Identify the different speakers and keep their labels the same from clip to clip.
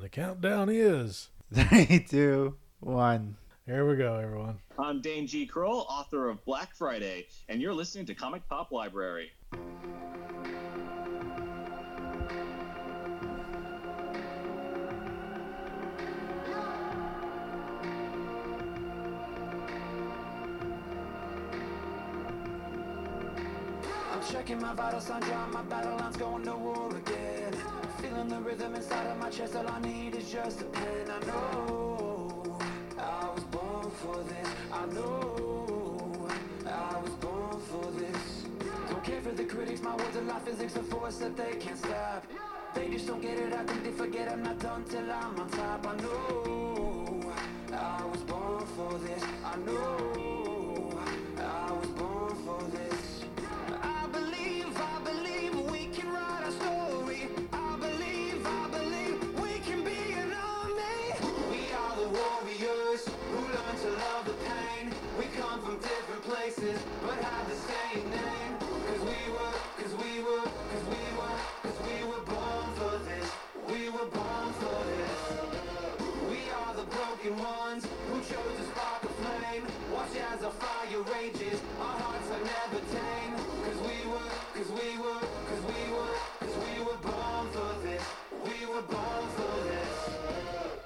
Speaker 1: The countdown is.
Speaker 2: Three, two, one.
Speaker 1: Here we go, everyone.
Speaker 3: I'm Dane G. Kroll, author of Black Friday, and you're listening to Comic Pop Library.
Speaker 4: I'm checking my vital signs, yeah, my battle lines going to war again. Feeling the rhythm inside of my chest, all I need is just a pen. I know I was born for this. I know I was born for this. Don't care for the critics, my words are life physics, a force that they can't stop. They just don't get it, I think they forget I'm not done till I'm on top. I know I was born for this. I know I was born for this. I believe, I believe we can write our story. I believe, I believe we can be an army. We are the warriors who learn to love the pain. We come from different places, but have the same name. Cause we were, cause we were, cause we were, cause we were born for this. We were born for this. We are the broken ones who chose to spark a flame. Watch as our fire rages, our hearts are never tame. Cause we were, cause we were, cause we were, cause we were born for this. We were born for this.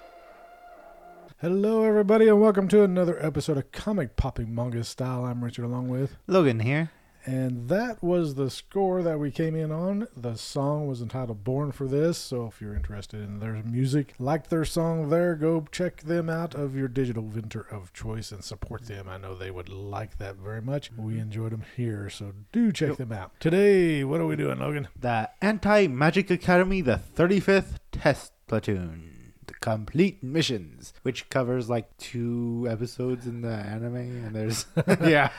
Speaker 1: Hello, everybody, and welcome to another episode of Comic Popping Manga Style. I'm Richard, along with,
Speaker 2: Logan here.
Speaker 1: and that was the score that we came in on. The song was entitled "Born for This," so if you're interested in their music, like their song there, go check them out of your digital vendor of choice and support them. I know they would like that very much. We enjoyed them here, so do check them out. Today, what are we doing, Logan?
Speaker 2: The Anti Magic Academy, the 35th Test Platoon. The complete missions, which covers like two episodes in the anime, and there's yeah,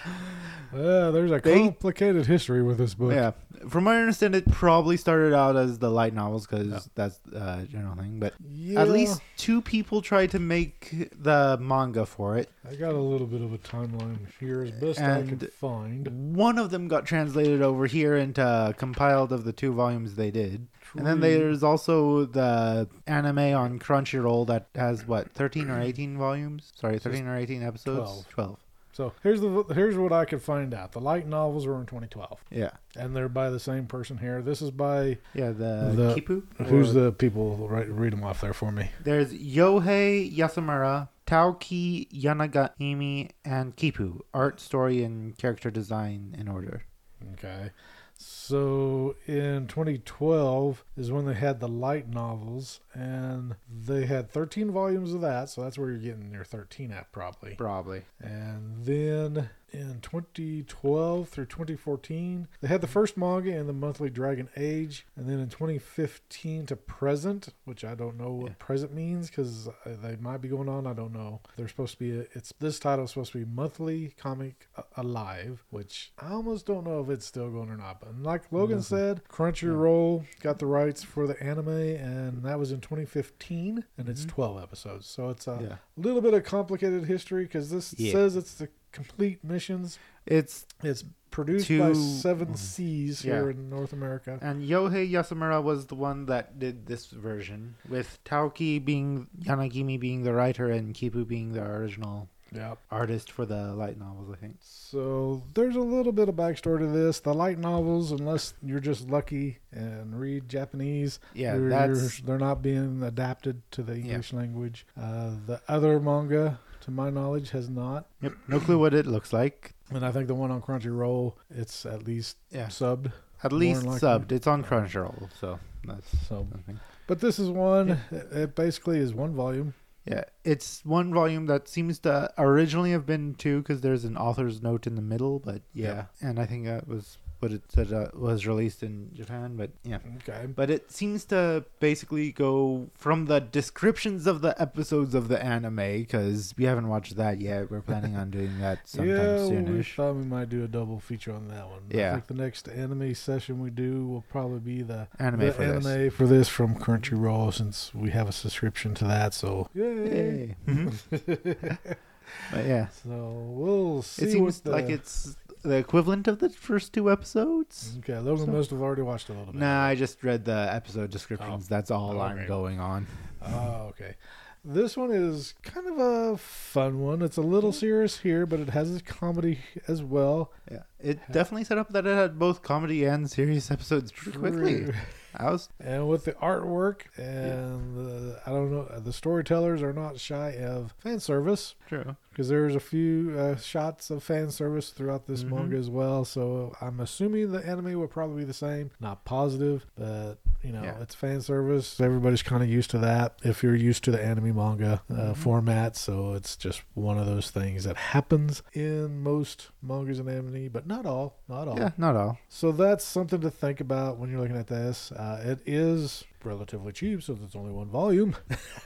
Speaker 1: Uh, there's a
Speaker 2: They-
Speaker 1: complicated history with this book.
Speaker 2: yeah. From what I understand, it probably started out as the light novels because that's uh, general thing. But
Speaker 1: Yeah.
Speaker 2: at least two people tried to make the manga for it.
Speaker 1: I got a little bit of a timeline here as best I
Speaker 2: And-
Speaker 1: could find.
Speaker 2: One of them got translated over here into compiled of the two volumes they did. And then there's also the anime on Crunchyroll that has what, 13 or 18 volumes? Sorry, 13 or 18 episodes?
Speaker 1: Twelve.
Speaker 2: 12.
Speaker 1: So here's the here's what I could find out. The light novels were in 2012,
Speaker 2: Yeah.
Speaker 1: and they're by the same person here. This is by
Speaker 2: Yeah, the,
Speaker 1: The-
Speaker 2: Uh, Kipu.
Speaker 1: who's
Speaker 2: or-
Speaker 1: the people? Right, read them off there for me.
Speaker 2: There's Yohei Yasumura, Taoki Yanagami, and Kipu. Art, story, and character design in order.
Speaker 1: Okay. So in 2012 is when they had the light novels, and they had 13 volumes of that. So that's where you're getting your 13 at probably.
Speaker 2: Probably.
Speaker 1: And then in 2012 through 2014, they had the first manga and the monthly Dragon Age. And then in 2015 to present, which I don't know what present means because they might be going on. I don't know. They're supposed to be, a, it's this title is supposed to be Monthly Comic A- Alive, which I almost don't know if it's still going or not. But like Logan said, Crunchyroll got the rights for the anime, and that was in 2015, and it's 12 episodes. So it's a
Speaker 2: Yeah.
Speaker 1: little bit of complicated history because this
Speaker 2: Yeah.
Speaker 1: says it's the complete missions.
Speaker 2: It's
Speaker 1: It's produced
Speaker 2: Two-
Speaker 1: by Seven Seas here
Speaker 2: Yeah.
Speaker 1: in North America.
Speaker 2: And Yohei Yasumura was the one that did this version, with Taoki being Yanagimi being the writer and Kipu being the original
Speaker 1: Yep.
Speaker 2: artist for the light novels, I think.
Speaker 1: So there's a little bit of backstory to this. The light novels, unless you're just lucky and read Japanese,
Speaker 2: Yeah,
Speaker 1: they're,
Speaker 2: that's-
Speaker 1: they're not being adapted to the
Speaker 2: Yeah.
Speaker 1: English language. Uh, the other manga, to my knowledge, has not.
Speaker 2: Yep. No clue what it looks like.
Speaker 1: And I think the one on Crunchyroll, it's at least
Speaker 2: Yeah.
Speaker 1: subbed.
Speaker 2: At
Speaker 1: More
Speaker 2: least
Speaker 1: likely.
Speaker 2: subbed. It's on Crunchyroll, so that's
Speaker 1: So,
Speaker 2: something.
Speaker 1: but this is one. It, it basically is one volume.
Speaker 2: Yeah, it's one volume that seems to originally have been two because there's an author's note in the middle, but yeah, and I think that was what it said uh, was released in Japan, but yeah.
Speaker 1: Okay.
Speaker 2: but it seems to basically go from the descriptions of the episodes of the anime because we haven't watched that yet. We're planning on doing that sometime
Speaker 1: yeah, we
Speaker 2: soonish.
Speaker 1: thought we might do a double feature on that one. I
Speaker 2: Yeah.
Speaker 1: think the next anime session we do will probably be the
Speaker 2: Anime
Speaker 1: the
Speaker 2: for
Speaker 1: anime
Speaker 2: this.
Speaker 1: for this from Crunchyroll since we have a subscription to that. So yay!
Speaker 2: Yay. Mhm. but yeah,
Speaker 1: So we'll see.
Speaker 2: it
Speaker 1: what
Speaker 2: seems
Speaker 1: the,
Speaker 2: like it's the equivalent of the first two episodes.
Speaker 1: okay. Logan
Speaker 2: so-
Speaker 1: must have already watched a little bit.
Speaker 2: Nah, I just read the episode descriptions. That's all
Speaker 1: Mm-hmm. Oh,
Speaker 2: I'm
Speaker 1: okay.
Speaker 2: going on.
Speaker 1: Oh, okay. This one is kind of a fun one. It's a little serious here, but it has a comedy as well.
Speaker 2: Yeah, it definitely set up that it had both comedy and serious episodes pretty quickly.
Speaker 1: True.
Speaker 2: I was
Speaker 1: And with the artwork and the, I don't know, the storytellers are not shy of fan service
Speaker 2: true.
Speaker 1: because there's a few uh, shots of fan service throughout this
Speaker 2: Mm-hmm.
Speaker 1: manga as well. So I'm assuming the anime will probably be the same. Not positive, but you know,
Speaker 2: Yeah.
Speaker 1: it's fan service. Everybody's kind of used to that if you're used to the anime manga uh,
Speaker 2: Mm-hmm.
Speaker 1: format. So it's just one of those things that happens in most mangas and anime, but not all. Not all.
Speaker 2: Yeah, not all.
Speaker 1: So that's something to think about when you're looking at this. Uh, it is relatively cheap since it's only one volume.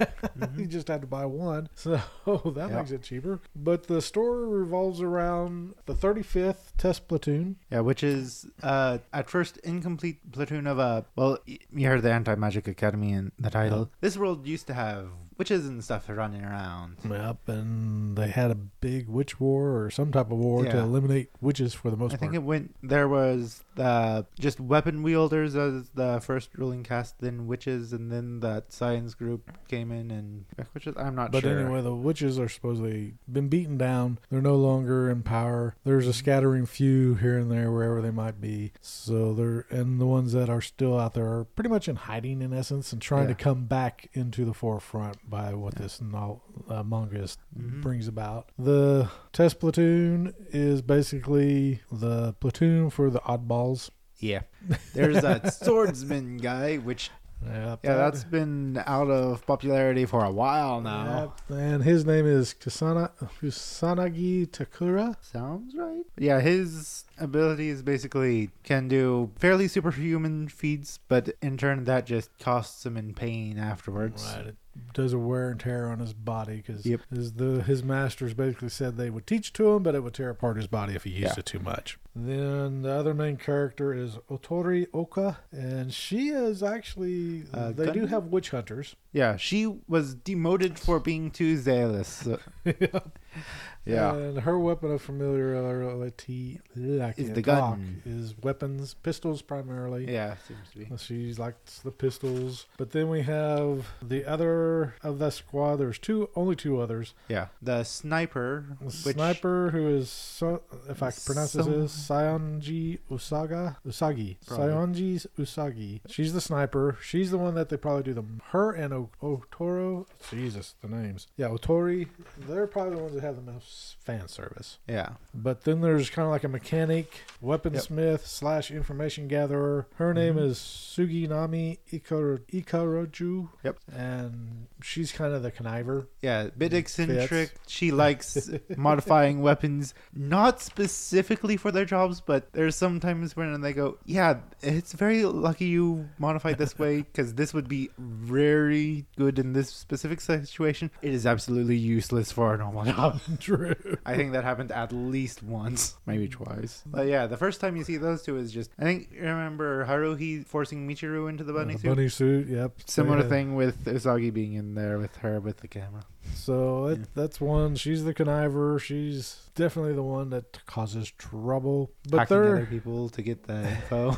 Speaker 1: you just had to buy one. So that
Speaker 2: Mm-hmm. Yeah.
Speaker 1: makes it cheaper. But the story revolves around the 35th Test Platoon.
Speaker 2: Yeah, which is uh, at first incomplete platoon of a well, y- you heard the anti magic academy in the title. This world used to have witches and stuff running around.
Speaker 1: Yep, and they had a big witch war or some type of war to
Speaker 2: Yeah.
Speaker 1: eliminate witches for the most
Speaker 2: I think
Speaker 1: part.
Speaker 2: it went. There was uh, just weapon wielders as the first ruling caste, then witches, and then that science group came in and witches. I'm not
Speaker 1: But
Speaker 2: sure.
Speaker 1: anyway, the witches are supposedly been beaten down. They're no longer in power. There's a scattering few here and there wherever they might be. So they're and the ones that are still out there are pretty much in hiding in essence and trying to
Speaker 2: Yeah.
Speaker 1: come back into the forefront by what this no, uh, manga is,
Speaker 2: Mm-hmm.
Speaker 1: brings about. The test platoon is basically the platoon for the oddballs.
Speaker 2: yeah, there's that swordsman guy, which
Speaker 1: Yep,
Speaker 2: yeah,
Speaker 1: that-
Speaker 2: that's been out of popularity for a while now.
Speaker 1: yep. And his name is Kusana, Kusanagi Takura.
Speaker 2: Sounds right. Yeah, his ability is basically can do fairly superhuman feats, but in turn that just costs him in pain afterwards.
Speaker 1: Right. It does a wear and tear on his body because
Speaker 2: Yep.
Speaker 1: his, the- his masters basically said they would teach to him, but it would tear apart his body if he used
Speaker 2: Yeah.
Speaker 1: it too much. Then the other main character is Otori Oka, and she is actually
Speaker 2: Uh,
Speaker 1: they do
Speaker 2: gunman?
Speaker 1: have witch hunters.
Speaker 2: Yeah, she was demoted for being too zealous. Uh, yeah.
Speaker 1: and her weapon of familiarity I
Speaker 2: Is
Speaker 1: can't
Speaker 2: the
Speaker 1: talk,
Speaker 2: gun.
Speaker 1: is weapons, pistols primarily.
Speaker 2: Yeah, seems to be.
Speaker 1: She likes the pistols, but then we have the other of that squad. There's two, only two others.
Speaker 2: Yeah. The sniper,
Speaker 1: The
Speaker 2: which
Speaker 1: sniper who is so, if I can pronounce this is Sayonji Usaga Usagi
Speaker 2: Probably.
Speaker 1: Sayonji Usagi. She's the sniper. She's the one that they probably do the her and o- Otoro. Jesus, the names. Yeah, Otori. They're probably the ones that have the most fan service.
Speaker 2: yeah.
Speaker 1: But then there's kind of like a mechanic, weaponsmith slash information gatherer. Her
Speaker 2: Mm-hmm.
Speaker 1: name is Suginami Ikaro, Ikaroju.
Speaker 2: Yep.
Speaker 1: and she's kind of the conniver.
Speaker 2: Yeah, a bit eccentric. She likes modifying weapons, not specifically for their jobs, but there's sometimes when they go, "Yeah, it's very lucky you modified this way because this would be very good in this specific situation. It is absolutely useless for a normal job."
Speaker 1: True.
Speaker 2: I think that happened at least once, maybe twice. But yeah, the first time you see those two is just I think remember Haruhi forcing Michiru into the bunny
Speaker 1: Uh,
Speaker 2: suit.
Speaker 1: bunny suit, yep.
Speaker 2: Similar
Speaker 1: Yeah.
Speaker 2: thing with Usagi being in there with her with the camera.
Speaker 1: So that, that's one. She's the conniver. She's definitely the one that causes trouble. But
Speaker 2: hacking other
Speaker 1: they're
Speaker 2: people to get the info.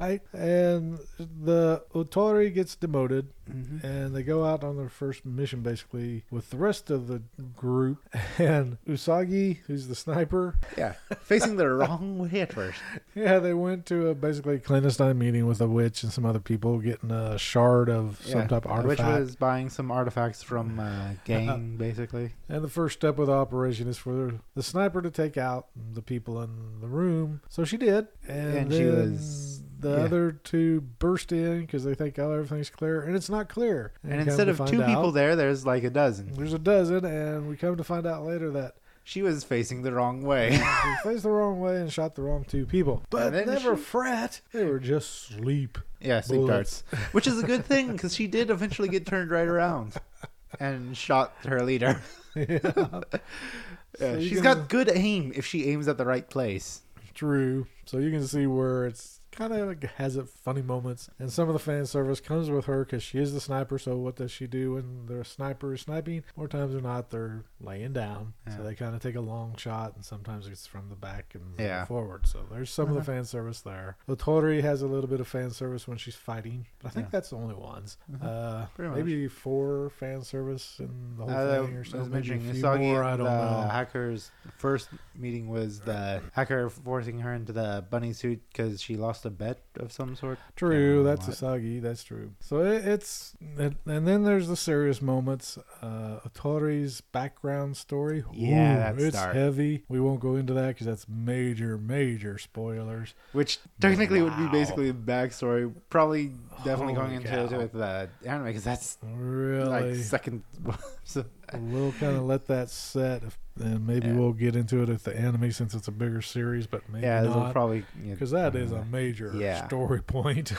Speaker 1: right, and the Otori gets demoted,
Speaker 2: Mhm.
Speaker 1: and they go out on their first mission basically with the rest of the group. And Usagi, who's the sniper,
Speaker 2: yeah, facing the wrong way at first.
Speaker 1: yeah, they went to a basically clandestine meeting with a witch and some other people, getting a shard of some type of
Speaker 2: uh, which
Speaker 1: artifact.
Speaker 2: was buying some artifacts from uh, gang, basically.
Speaker 1: And the first step of the operation is for the sniper to take out the people in the room. So she did, and, then
Speaker 2: And she was-
Speaker 1: the
Speaker 2: yeah.
Speaker 1: other two burst in because they think oh everything's clear, and it's not clear.
Speaker 2: And
Speaker 1: we come
Speaker 2: instead
Speaker 1: to
Speaker 2: of
Speaker 1: find
Speaker 2: two people
Speaker 1: out- Mm.
Speaker 2: there, there's like a dozen.
Speaker 1: there's a dozen, and we come to find out later that
Speaker 2: She was facing the wrong way.
Speaker 1: they faced the wrong way and shot the wrong two people. But
Speaker 2: then
Speaker 1: never
Speaker 2: she-
Speaker 1: fret, they were just sleep.
Speaker 2: yeah, sleep
Speaker 1: Bullets.
Speaker 2: darts. Which is a good thing because she did eventually get turned right around and shot her leader.
Speaker 1: So
Speaker 2: Yeah,
Speaker 1: you
Speaker 2: she's
Speaker 1: can-
Speaker 2: got good aim if she aims at the right place.
Speaker 1: True. So you can see where it's kind of like has it funny moments. And some of the fan service comes with her because she is the sniper. So what does she do when the sniper is sniping? More times than not, they're laying down.
Speaker 2: Yeah.
Speaker 1: So they kind of take a long shot, and sometimes it's from the back and
Speaker 2: Yeah. Uh-huh.
Speaker 1: forward. So there's some of the fan service there. Latori has a little bit of fan service when she's fighting, but I think
Speaker 2: Yeah. Mm-hmm.
Speaker 1: that's the only ones. Uh,
Speaker 2: Pretty much.
Speaker 1: maybe four fan service in the whole
Speaker 2: Uh,
Speaker 1: thing or
Speaker 2: I was
Speaker 1: something. Maybe a
Speaker 2: mentioning
Speaker 1: few
Speaker 2: Usagi
Speaker 1: more. I
Speaker 2: and
Speaker 1: don't
Speaker 2: the
Speaker 1: know.
Speaker 2: hacker's first meeting was the hacker forcing her into the bunny suit because she lost a bet of some sort.
Speaker 1: True,
Speaker 2: Um,
Speaker 1: that's
Speaker 2: I-
Speaker 1: Usagi. That's true. So it, it's it, and then there's the serious moments. Uh, Otori's background story.
Speaker 2: Yeah, that's
Speaker 1: it's
Speaker 2: dark.
Speaker 1: heavy. We won't go into that because that's major, major spoilers.
Speaker 2: Which technically would be
Speaker 1: Wow.
Speaker 2: basically the backstory. Probably definitely
Speaker 1: Holy
Speaker 2: going into it
Speaker 1: cow.
Speaker 2: with the anime because that's
Speaker 1: Really,
Speaker 2: like second. so,
Speaker 1: we'll kind of let that set, if, and maybe
Speaker 2: Yeah.
Speaker 1: we'll get into it at the anime since it's a bigger series. But maybe
Speaker 2: yeah, it'll
Speaker 1: not.
Speaker 2: probably yeah,
Speaker 1: because that is a major
Speaker 2: Uh, Yeah.
Speaker 1: story point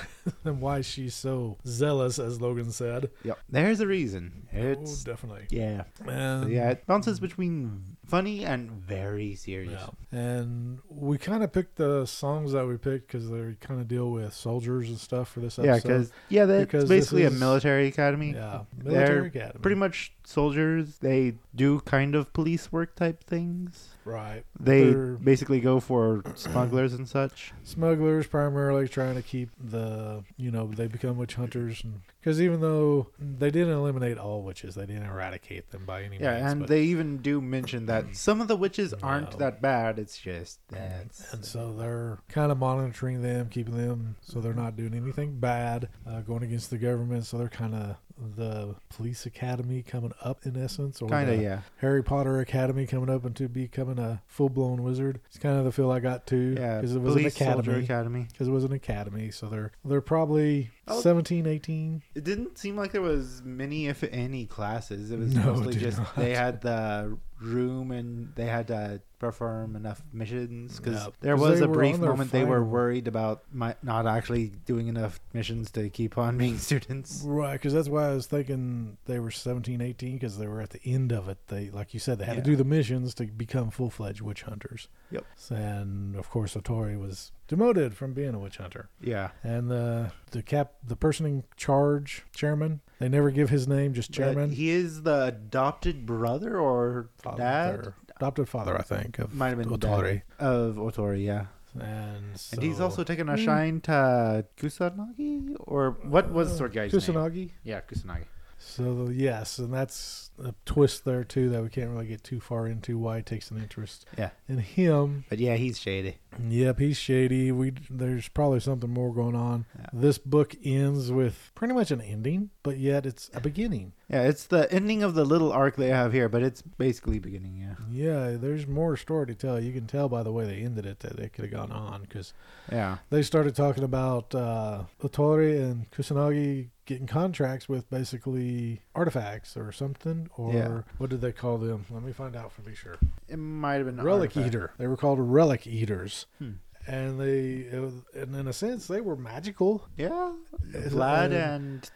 Speaker 1: and why she's so zealous as logan said
Speaker 2: Yep. There's a reason. It's
Speaker 1: oh, definitely
Speaker 2: yeah,
Speaker 1: And-
Speaker 2: yeah. It bounces between funny and very serious.
Speaker 1: And we kind of picked the songs that we picked because they kind of deal with soldiers and stuff for this
Speaker 2: Yeah,
Speaker 1: episode.
Speaker 2: because yeah, that's
Speaker 1: because this
Speaker 2: basically
Speaker 1: is-
Speaker 2: a military academy.
Speaker 1: yeah,
Speaker 2: They're
Speaker 1: military academy,
Speaker 2: pretty much soldiers. They do kind of police work type things.
Speaker 1: right.
Speaker 2: They
Speaker 1: They're-
Speaker 2: basically go for smugglers and such.
Speaker 1: smugglers primarily trying to keep the you know they become witch hunters because even though they didn't eliminate all witches, they didn't eradicate them by any means.
Speaker 2: Yeah, and
Speaker 1: but-
Speaker 2: they even do mention that some of the witches aren't
Speaker 1: No.
Speaker 2: that bad. It's just that's
Speaker 1: And so they're kind of monitoring them, keeping them so they're not doing anything bad, uh, going against the government. So they're kind of the police academy coming up in essence, or
Speaker 2: kind of
Speaker 1: the
Speaker 2: yeah,
Speaker 1: Harry Potter academy coming up and to becoming a full blown wizard. It's kind of the feel I got too,
Speaker 2: yeah.
Speaker 1: because it was an
Speaker 2: police soldier
Speaker 1: academy.
Speaker 2: academy.
Speaker 1: Because it was an academy, so they're they're probably
Speaker 2: Oh.
Speaker 1: 17, 18.
Speaker 2: It didn't seem like there was many, if any, classes. It was
Speaker 1: No, it
Speaker 2: mostly
Speaker 1: did
Speaker 2: just
Speaker 1: not.
Speaker 2: they had the room and they had to perform enough missions because
Speaker 1: Yep.
Speaker 2: there
Speaker 1: 'Cause
Speaker 2: was
Speaker 1: they
Speaker 2: a
Speaker 1: were
Speaker 2: brief
Speaker 1: on their
Speaker 2: moment they were
Speaker 1: final.
Speaker 2: worried about my, not actually doing enough missions to keep on being students.
Speaker 1: Right, because that's why I was thinking they were 17, 18, because they were at the end of it. They, like you said, they had
Speaker 2: Yeah.
Speaker 1: to do the missions to become full fledged witch hunters.
Speaker 2: Yep.
Speaker 1: And of course, Otori was demoted from being a witch hunter.
Speaker 2: Yeah,
Speaker 1: And the the cap, the person in charge, chairman, they never give his name, just chairman,
Speaker 2: But he is the adopted brother or dad.
Speaker 1: father, adopted father, I think, of
Speaker 2: Might have been dad
Speaker 1: Otori.
Speaker 2: of Otori. Yeah,
Speaker 1: And, so, Hmm.
Speaker 2: and he's also taken a shine to Kusanagi or what was the sword guy's name?
Speaker 1: Uh, Kusanagi.
Speaker 2: Yeah, Kusanagi.
Speaker 1: So yes, and that's a twist there too that we can't really get too far into why he takes an interest
Speaker 2: Yeah,
Speaker 1: in him.
Speaker 2: but yeah, he's shady.
Speaker 1: Yep, he's shady. We there's probably something more going on.
Speaker 2: Yeah.
Speaker 1: This book ends with pretty much an ending, but yet it's a beginning.
Speaker 2: Yeah, it's the ending of the little arc they have here, but it's basically beginning. Yeah,
Speaker 1: Yeah, there's more story to tell. You can tell by the way they ended it that they could have gone on because
Speaker 2: yeah,
Speaker 1: they started talking about uh, Otori and Kusanagi getting contracts with basically artifacts or something, or
Speaker 2: Yeah.
Speaker 1: what did they call them? Let me find out for be sure.
Speaker 2: it might have been an
Speaker 1: relic
Speaker 2: artifact.
Speaker 1: eater. They were called relic eaters,
Speaker 2: Hmm.
Speaker 1: and they it was, and in a sense they were magical.
Speaker 2: Yeah,
Speaker 1: Is it-
Speaker 2: Vlad and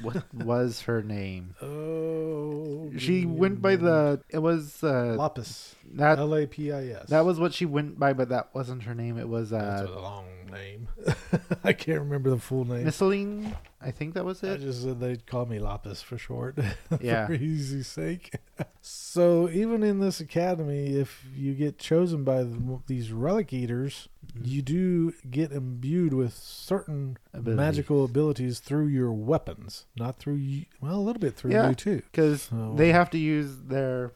Speaker 2: what was her name?
Speaker 1: Oh,
Speaker 2: She
Speaker 1: give me a
Speaker 2: went by
Speaker 1: moment.
Speaker 2: the. It was uh,
Speaker 1: Lapis.
Speaker 2: that.
Speaker 1: L A P I S.
Speaker 2: That was what she went by, but that wasn't her name. It was
Speaker 1: That's
Speaker 2: uh,
Speaker 1: a long name. I can't remember the full name.
Speaker 2: Misceline. I think that was
Speaker 1: I
Speaker 2: it.
Speaker 1: just said they'd call me Lapis for short.
Speaker 2: Yeah.
Speaker 1: for easy sake. so even in this academy, if you get chosen by the, these relic eaters,
Speaker 2: Mm-hmm.
Speaker 1: you do get imbued with certain
Speaker 2: Abilities.
Speaker 1: magical abilities through your weapons, not through you. Well, a little bit through
Speaker 2: Yeah.
Speaker 1: you too. Oh,
Speaker 2: Because
Speaker 1: So-
Speaker 2: they have to use their.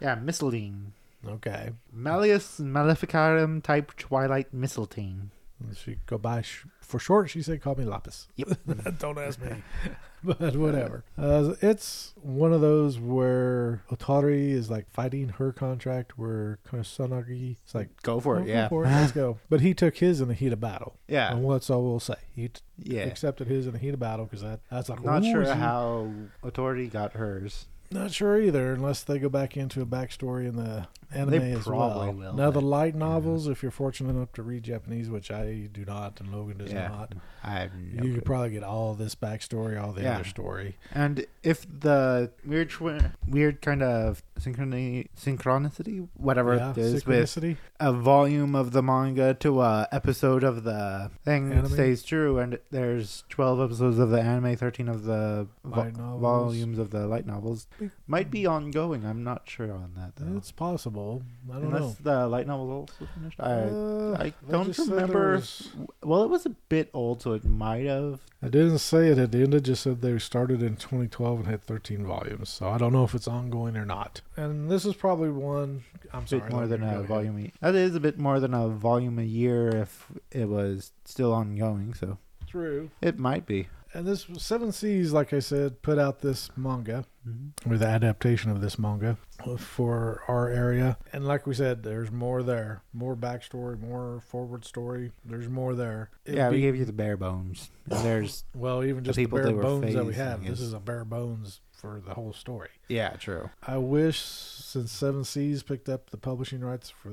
Speaker 2: yeah, Misceline.
Speaker 1: Okay,
Speaker 2: Malleus Maleficarum type Twilight Mistletoe.
Speaker 1: she go by sh- for short. She said, "Call me Lapis."
Speaker 2: Yep.
Speaker 1: Don't ask me. but whatever. Uh, it's one of those where Otori is like fighting her contract, where Kusanagi is like,
Speaker 2: Go for
Speaker 1: "Oh,
Speaker 2: it.
Speaker 1: go
Speaker 2: Yeah.
Speaker 1: for it, let's go. But he took his in the heat of battle.
Speaker 2: Yeah.
Speaker 1: And what's all we'll say? He t-
Speaker 2: Yeah.
Speaker 1: accepted his in the heat of battle because that, that's like,
Speaker 2: Not
Speaker 1: "Ooh,
Speaker 2: sure
Speaker 1: you-"
Speaker 2: how Authority got hers.
Speaker 1: Not sure either, unless they go back into a backstory in the anime
Speaker 2: They
Speaker 1: as
Speaker 2: probably
Speaker 1: well.
Speaker 2: will,
Speaker 1: now the
Speaker 2: but-
Speaker 1: light novels, if you're fortunate enough to read Japanese, which I do not, and Logan does
Speaker 2: Yeah.
Speaker 1: not,
Speaker 2: I have no
Speaker 1: you
Speaker 2: clue.
Speaker 1: could probably get all this backstory, all the
Speaker 2: Yeah.
Speaker 1: other story.
Speaker 2: And if the weird twi- weird kind of synchroni- synchronicity, whatever
Speaker 1: Yeah,
Speaker 2: it is, with
Speaker 1: synchronicity.
Speaker 2: a volume of the manga to a episode of the thing
Speaker 1: Anime?
Speaker 2: stays true, and there's 12 episodes of the anime, 13 of the vo-
Speaker 1: Light novels.
Speaker 2: volumes of the light novels, might be ongoing. I'm not sure on that though.
Speaker 1: It's possible. I don't know.
Speaker 2: Oh. Unless the light novels also finished, I
Speaker 1: Uh,
Speaker 2: I
Speaker 1: they
Speaker 2: don't
Speaker 1: just said there
Speaker 2: remember.
Speaker 1: was-
Speaker 2: well, it was a bit old, so it might have.
Speaker 1: I didn't say it at the end. It just said they started in 2012 and had 13 volumes. So I don't know if it's ongoing or not. And this is probably one. I'm
Speaker 2: bit
Speaker 1: sorry.
Speaker 2: more
Speaker 1: let
Speaker 2: than
Speaker 1: me go
Speaker 2: a
Speaker 1: ahead.
Speaker 2: volume. A, that is a bit more than a volume a year if it was still ongoing. So
Speaker 1: True.
Speaker 2: it might be.
Speaker 1: And this Seven Seas, like I said, put out this manga
Speaker 2: Mm-hmm.
Speaker 1: or the adaptation of this manga for our area. And like we said, there's more there, more backstory, more forward story. There's more there. It'd
Speaker 2: yeah, we
Speaker 1: be-
Speaker 2: gave you the bare bones. And there's
Speaker 1: well, even just the,
Speaker 2: people
Speaker 1: bare
Speaker 2: they were
Speaker 1: bones that we
Speaker 2: phasing
Speaker 1: have. This
Speaker 2: is-
Speaker 1: is a bare bones for the whole story.
Speaker 2: yeah, true.
Speaker 1: I wish since Seven Seas picked up the publishing rights for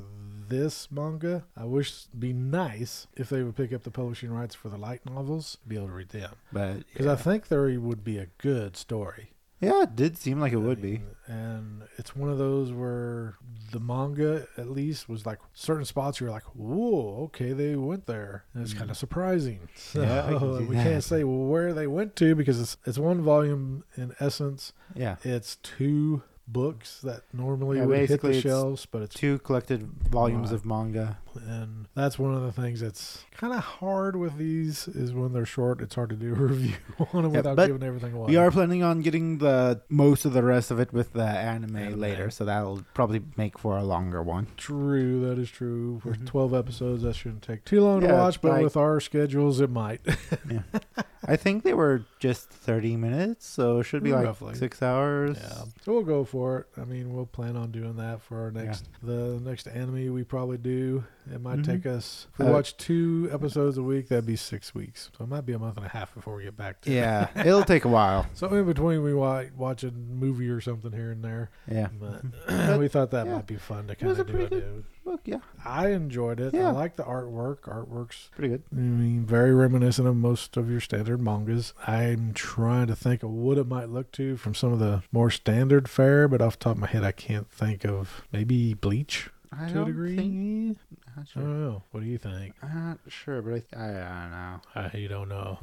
Speaker 1: this manga, I wish it'd be nice if they would pick up the publishing rights for the light novels, be able to read them.
Speaker 2: But
Speaker 1: Because I think there would be a good story.
Speaker 2: yeah, it did seem like it would be.
Speaker 1: And it's one of those where the manga, at least, was like certain spots you were like, whoa, okay, they went there. And it's kind of surprising. So
Speaker 2: Mm. Yeah, I can see
Speaker 1: we
Speaker 2: that.
Speaker 1: can't say where they went to because it's, it's one volume in essence.
Speaker 2: Yeah,
Speaker 1: It's two books that normally
Speaker 2: Yeah,
Speaker 1: would hit
Speaker 2: basically
Speaker 1: the
Speaker 2: it's
Speaker 1: shelves, but it's
Speaker 2: two collected volumes of manga.
Speaker 1: and that's one of the things that's kind of hard with these is when they're short, it's hard to do a review on them
Speaker 2: Yeah,
Speaker 1: without
Speaker 2: but
Speaker 1: giving everything away.
Speaker 2: We are planning on getting the most of the rest of it with the anime,
Speaker 1: Anime.
Speaker 2: later, so that'll probably make for a longer one.
Speaker 1: true. That is true. For twelve episodes, that shouldn't take too long to
Speaker 2: Mm-hmm. Yeah,
Speaker 1: watch, but
Speaker 2: like-
Speaker 1: with our schedules, it might.
Speaker 2: I think they were just thirty minutes, so it should be like
Speaker 1: Roughly.
Speaker 2: six hours.
Speaker 1: yeah, so we'll go for it. I mean, we'll plan on doing that for our next the next anime we probably do. It might
Speaker 2: Mhm.
Speaker 1: take us if we
Speaker 2: Uh,
Speaker 1: watch two episodes a week, that'd be six weeks. So it might be a month and a half before we get back to
Speaker 2: Yeah, it'll take a while.
Speaker 1: So in between, we wa- watch a movie or something here and there,
Speaker 2: Yeah.
Speaker 1: but
Speaker 2: But,
Speaker 1: we thought that
Speaker 2: yeah,
Speaker 1: might be fun to
Speaker 2: it was
Speaker 1: kind of
Speaker 2: a
Speaker 1: do. A
Speaker 2: pretty
Speaker 1: new.
Speaker 2: Well, yeah,
Speaker 1: I enjoyed it. I
Speaker 2: Yeah.
Speaker 1: like the artwork. Artwork's,
Speaker 2: pretty good.
Speaker 1: I mean, very reminiscent of most of your standard mangas. I'm trying to think of what it might look to from some of the more standard fare, but off the top of my head, I can't think of maybe Bleach.
Speaker 2: I
Speaker 1: To a
Speaker 2: don't
Speaker 1: degree?
Speaker 2: think- not
Speaker 1: I
Speaker 2: sure.
Speaker 1: don't know. What do you think?
Speaker 2: I'm not sure, but I, th- I don't know.
Speaker 1: I you don't know.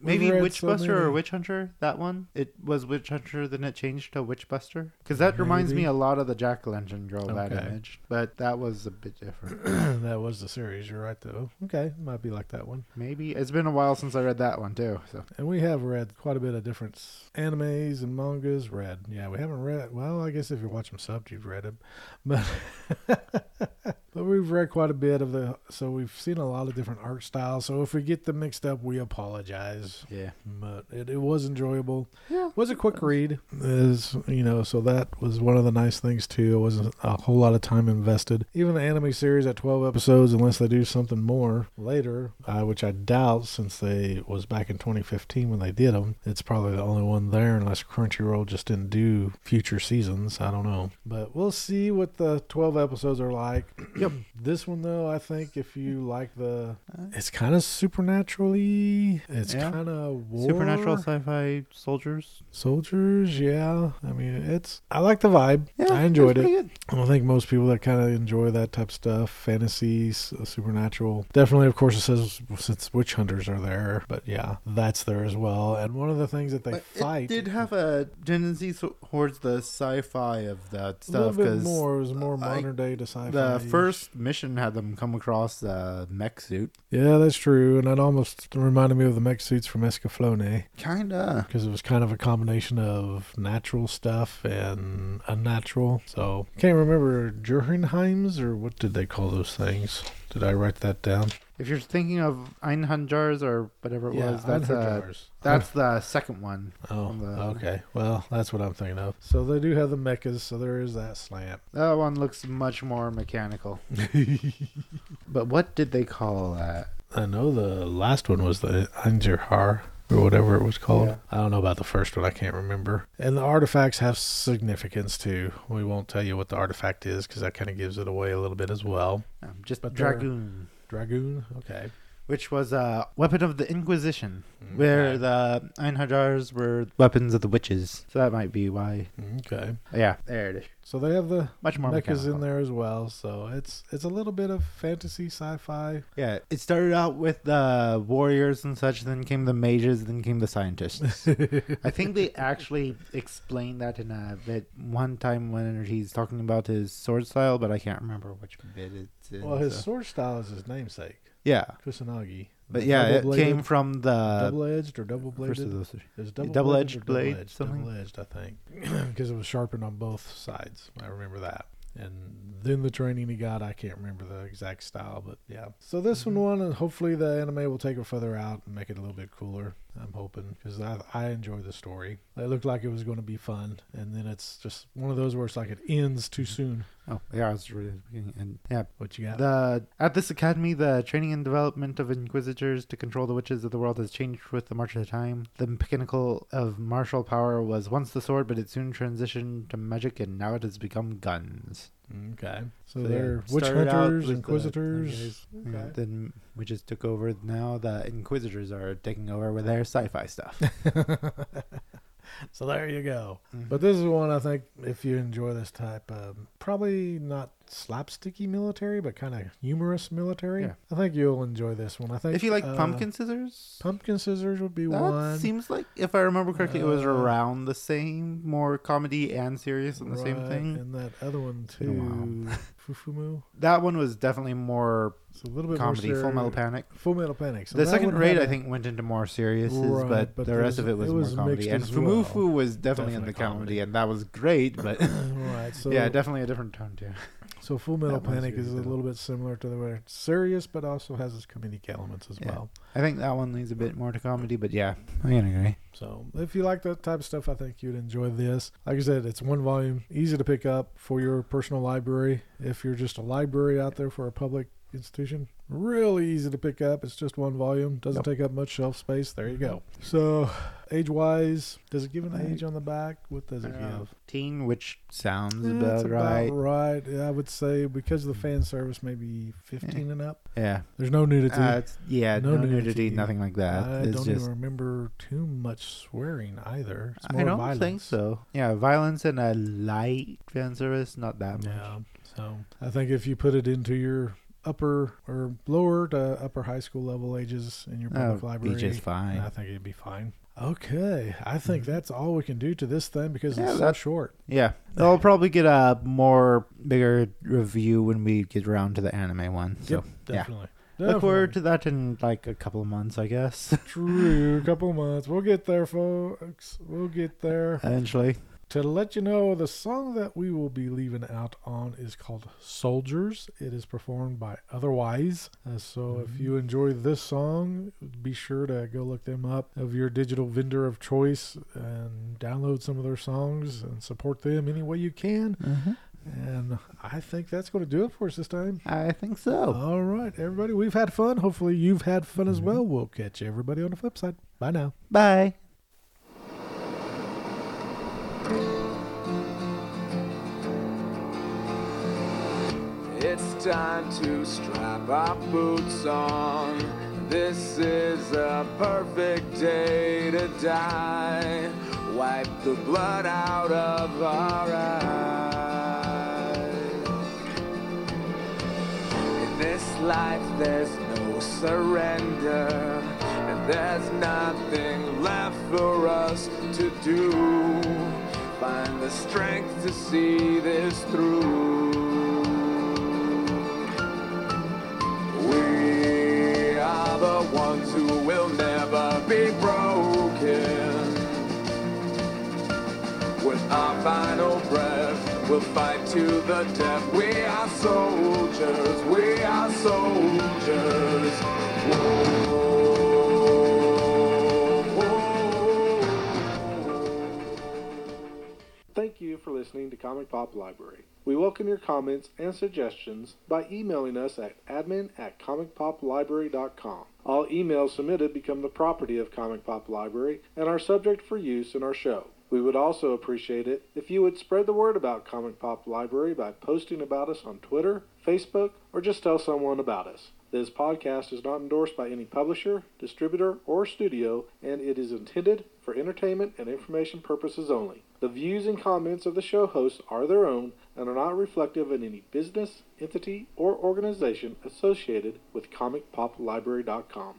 Speaker 2: Maybe
Speaker 1: read
Speaker 2: Witch
Speaker 1: so
Speaker 2: Buster or
Speaker 1: many.
Speaker 2: Witch Hunter. That one. It was Witch Hunter, then it changed to Witch Buster. Because that reminds me
Speaker 1: Maybe.
Speaker 2: a lot of the Jack Lantern Girl. That
Speaker 1: Okay.
Speaker 2: image, but that was a bit different.
Speaker 1: that was the series. You're right, though. Okay, might be like that one.
Speaker 2: Maybe it's been a while since I read that one too. So
Speaker 1: And we have read quite a bit of different s- animes and mangas. Read, yeah, we haven't read. Well, I guess if you watch them subbed, you've read them, but but we've read quite a bit of the. So we've seen a lot of different art styles. So if we get them mixed up, we apologize.
Speaker 2: yeah,
Speaker 1: But it, it was enjoyable.
Speaker 2: yeah.
Speaker 1: It was a quick read, is you know. So that was one of the nice things too. It wasn't a whole lot of time invested. Even the anime series at twelve episodes, unless they do something more later, uh, which I doubt, since they it was back in 2015 when they did them. It's probably the only one there, unless Crunchyroll just didn't do future seasons. I don't know, but we'll see what the twelve episodes are like. Yep. This one though, I think if you
Speaker 2: Mm.
Speaker 1: like the, it's kind of supernaturally. It's
Speaker 2: Uh. Yeah.
Speaker 1: kind of war
Speaker 2: Supernatural sci-fi soldiers.
Speaker 1: soldiers yeah i mean it's i like the vibe
Speaker 2: Yeah,
Speaker 1: i enjoyed
Speaker 2: was
Speaker 1: it
Speaker 2: pretty Good.
Speaker 1: i think most people that kind of enjoy that type of stuff fantasies uh, supernatural definitely of course it says since witch hunters are there but yeah that's there as well and one of the things that they
Speaker 2: But
Speaker 1: fight
Speaker 2: It did have a tendency so- towards the sci-fi of that
Speaker 1: a little
Speaker 2: stuff
Speaker 1: bit
Speaker 2: because
Speaker 1: more it was more
Speaker 2: I-
Speaker 1: modern day to sci-fi
Speaker 2: the first mission had them come across a mech suit.
Speaker 1: yeah that's true and that almost reminded me of the mech suits from escaflowne
Speaker 2: Kinda.
Speaker 1: because it was kind of a combination of natural stuff and unnatural. So can't remember Jurenheims or what did they call those things? Did I write that down?
Speaker 2: If you're thinking of Einhundjars or whatever it was, that's uh,
Speaker 1: Einhardjars.
Speaker 2: that's the second one.
Speaker 1: oh
Speaker 2: from the-
Speaker 1: okay. Well, that's what I'm thinking of. So they do have the mechas, so there is that slant.
Speaker 2: That one looks much more mechanical. But what did they call that?
Speaker 1: I know the last one was the Einherjar. or whatever it was called.
Speaker 2: Yeah.
Speaker 1: I don't know about the first one. I can't remember. And the artifacts have significance too. We won't tell you what the artifact is because that kind of gives it away a little bit as well.
Speaker 2: Um, just
Speaker 1: But they're-
Speaker 2: dragoon,
Speaker 1: Dragoon. Okay.
Speaker 2: which was a weapon of the Inquisition,
Speaker 1: Mm,
Speaker 2: where the Einhardars were weapons of the witches. So that might be why.
Speaker 1: Okay.
Speaker 2: Yeah, there it is.
Speaker 1: So they have the
Speaker 2: Much more
Speaker 1: mechas in
Speaker 2: mechanical.
Speaker 1: there as well. So it's it's a little bit of fantasy sci-fi.
Speaker 2: Yeah, it started out with the warriors and such, then came the mages, then came the scientists. I think they actually explained that in a bit one time when he's talking about his sword style, but I can't remember which bit it's in.
Speaker 1: Well, his
Speaker 2: so-
Speaker 1: sword style is his namesake,
Speaker 2: yeah,
Speaker 1: Kusanagi.
Speaker 2: but yeah, it
Speaker 1: Double-bladed-
Speaker 2: came from the
Speaker 1: double-edged or double-bladed.
Speaker 2: first of those.
Speaker 1: There's
Speaker 2: double-edged
Speaker 1: double
Speaker 2: double-edged or
Speaker 1: edged
Speaker 2: blade, double-edged? something?
Speaker 1: Double edged, I think, because it was sharpened on both sides. I remember that. And then the training he got, I can't remember the exact style, but yeah. So this
Speaker 2: Mm-hmm.
Speaker 1: one, and hopefully the anime will take it further out and make it a little bit cooler. I'm hoping because I, I enjoy the story. It looked like it was going to be fun, and then it's just one of those where it's like it ends too soon.
Speaker 2: Oh, yeah, I was really looking and yeah.
Speaker 1: What you got?
Speaker 2: The at this academy, the training and development of inquisitors to control the witches of the world has changed with the march of the time. The pinnacle of martial power was once the sword, but it soon transitioned to magic, and now it has become guns.
Speaker 1: okay. So,
Speaker 2: So, yeah,
Speaker 1: they're
Speaker 2: it
Speaker 1: witch
Speaker 2: started out
Speaker 1: hunters,
Speaker 2: with the-
Speaker 1: inquisitors.
Speaker 2: yeah,
Speaker 1: Okay.
Speaker 2: Then witches took over. Now the inquisitors are taking over with their sci-fi stuff.
Speaker 1: so there you go.
Speaker 2: Mm-hmm.
Speaker 1: But this is one I think if you enjoy this type, um, probably not slapsticky military, but kind of humorous military.
Speaker 2: Yeah.
Speaker 1: I think you'll enjoy this one. I think
Speaker 2: if you like
Speaker 1: uh,
Speaker 2: pumpkin scissors,
Speaker 1: pumpkin scissors would be
Speaker 2: that
Speaker 1: one.
Speaker 2: seems like, if I remember correctly, it was
Speaker 1: Uh,
Speaker 2: around the same, more comedy and serious on the same
Speaker 1: Right,
Speaker 2: thing.
Speaker 1: and that other one
Speaker 2: been
Speaker 1: too,
Speaker 2: a while.
Speaker 1: Fufumu.
Speaker 2: That one was definitely more
Speaker 1: It's a little bit
Speaker 2: comedy,
Speaker 1: More
Speaker 2: Full Metal
Speaker 1: serious-
Speaker 2: Panic.
Speaker 1: Full Metal Panic. So
Speaker 2: the
Speaker 1: that
Speaker 2: second
Speaker 1: one
Speaker 2: raid,
Speaker 1: had
Speaker 2: I
Speaker 1: a-
Speaker 2: think, went into more serious,
Speaker 1: Right,
Speaker 2: but,
Speaker 1: but
Speaker 2: the
Speaker 1: there
Speaker 2: rest of
Speaker 1: was-
Speaker 2: it was,
Speaker 1: it was
Speaker 2: more comedy.
Speaker 1: mixed
Speaker 2: And
Speaker 1: as
Speaker 2: Fumu
Speaker 1: well.
Speaker 2: Fu was definitely, in
Speaker 1: Definitely
Speaker 2: the comedy,
Speaker 1: comedy.
Speaker 2: and that was great, but
Speaker 1: Right. So
Speaker 2: yeah, definitely a different tone too.
Speaker 1: So Full Metal
Speaker 2: That one's
Speaker 1: Panic
Speaker 2: really
Speaker 1: is a
Speaker 2: good.
Speaker 1: little bit similar to the way it's serious, but also has its comedic elements as
Speaker 2: Yeah.
Speaker 1: well.
Speaker 2: I think that one leans a bit more to comedy, but yeah, I can agree.
Speaker 1: So if you like that type of stuff, I think you'd enjoy this. Like I said, it's one volume, easy to pick up for your personal library. If you're just a library out there for a public institution, really easy to pick up. It's just one volume, doesn't take up much shelf space. There you go. So age wise, does it give an age on the back? What does it give?
Speaker 2: Teen, which sounds
Speaker 1: That's
Speaker 2: about, right.
Speaker 1: right. Yeah, I would say because of the fan service, maybe 15 and up.
Speaker 2: Yeah,
Speaker 1: There's no nudity.
Speaker 2: Uh, it's- yeah, no,
Speaker 1: No
Speaker 2: nudity,
Speaker 1: nudity.
Speaker 2: nothing like that.
Speaker 1: I
Speaker 2: it's
Speaker 1: don't
Speaker 2: just.
Speaker 1: even remember too much swearing either. It's more
Speaker 2: I don't
Speaker 1: violence.
Speaker 2: think so. Yeah, violence and a light fan service, not that much.
Speaker 1: Yeah. So I think if you put it into your upper or lower to upper high school level ages in your
Speaker 2: That
Speaker 1: public
Speaker 2: would be
Speaker 1: library,
Speaker 2: just Oh, E fine. Mm.
Speaker 1: I think it'd be fine. Okay, I think that's all we can do to this thing because
Speaker 2: Yeah,
Speaker 1: it's so
Speaker 2: that-
Speaker 1: short.
Speaker 2: Yeah, I'll probably get a more bigger review when we get around to the anime one. So yeah.
Speaker 1: definitely.
Speaker 2: look forward to that in like a couple of months, I guess.
Speaker 1: True, a couple months. We'll get there, folks. We'll get there.
Speaker 2: Eventually,
Speaker 1: To let you know, the song that we will be leaving out on is called Soldiers. It is performed by Otherwise. Uh, so if you enjoy this song, be sure to go look them up of your digital vendor of choice and download some of their songs and support them any way you can. And I think that's going to do it for us this time.
Speaker 2: I think so.
Speaker 1: All right, everybody, we've had fun. Hopefully, you've had fun as well. We'll catch everybody on the flip side. Bye now.
Speaker 2: Bye.
Speaker 4: It's time to strap our boots on. This is a perfect day to die. Wipe the blood out of our eyes. In this life, there's no surrender, and there's nothing left for us to do. Find the strength to see this through. We are the ones who will never be broken. With our final breath, we'll fight to the death. We are soldiers, we are soldiers. Whoa.
Speaker 5: Thank
Speaker 1: Thank you for listening to Comic Pop Library. We welcome your comments and suggestions by emailing us at admin at comicpoplibrary.com. All emails submitted become the property of Comic Pop Library and are subject for use in our show. We would also appreciate it if you would spread the word about Comic Pop Library by posting about us on Twitter, Facebook, or just tell someone about us. This podcast is not endorsed by any publisher, distributor, or studio, and it is intended for entertainment and information purposes only. The views and comments of the show hosts are their own and are not reflective of any business, entity, or organization associated with ComicPopLibrary.com.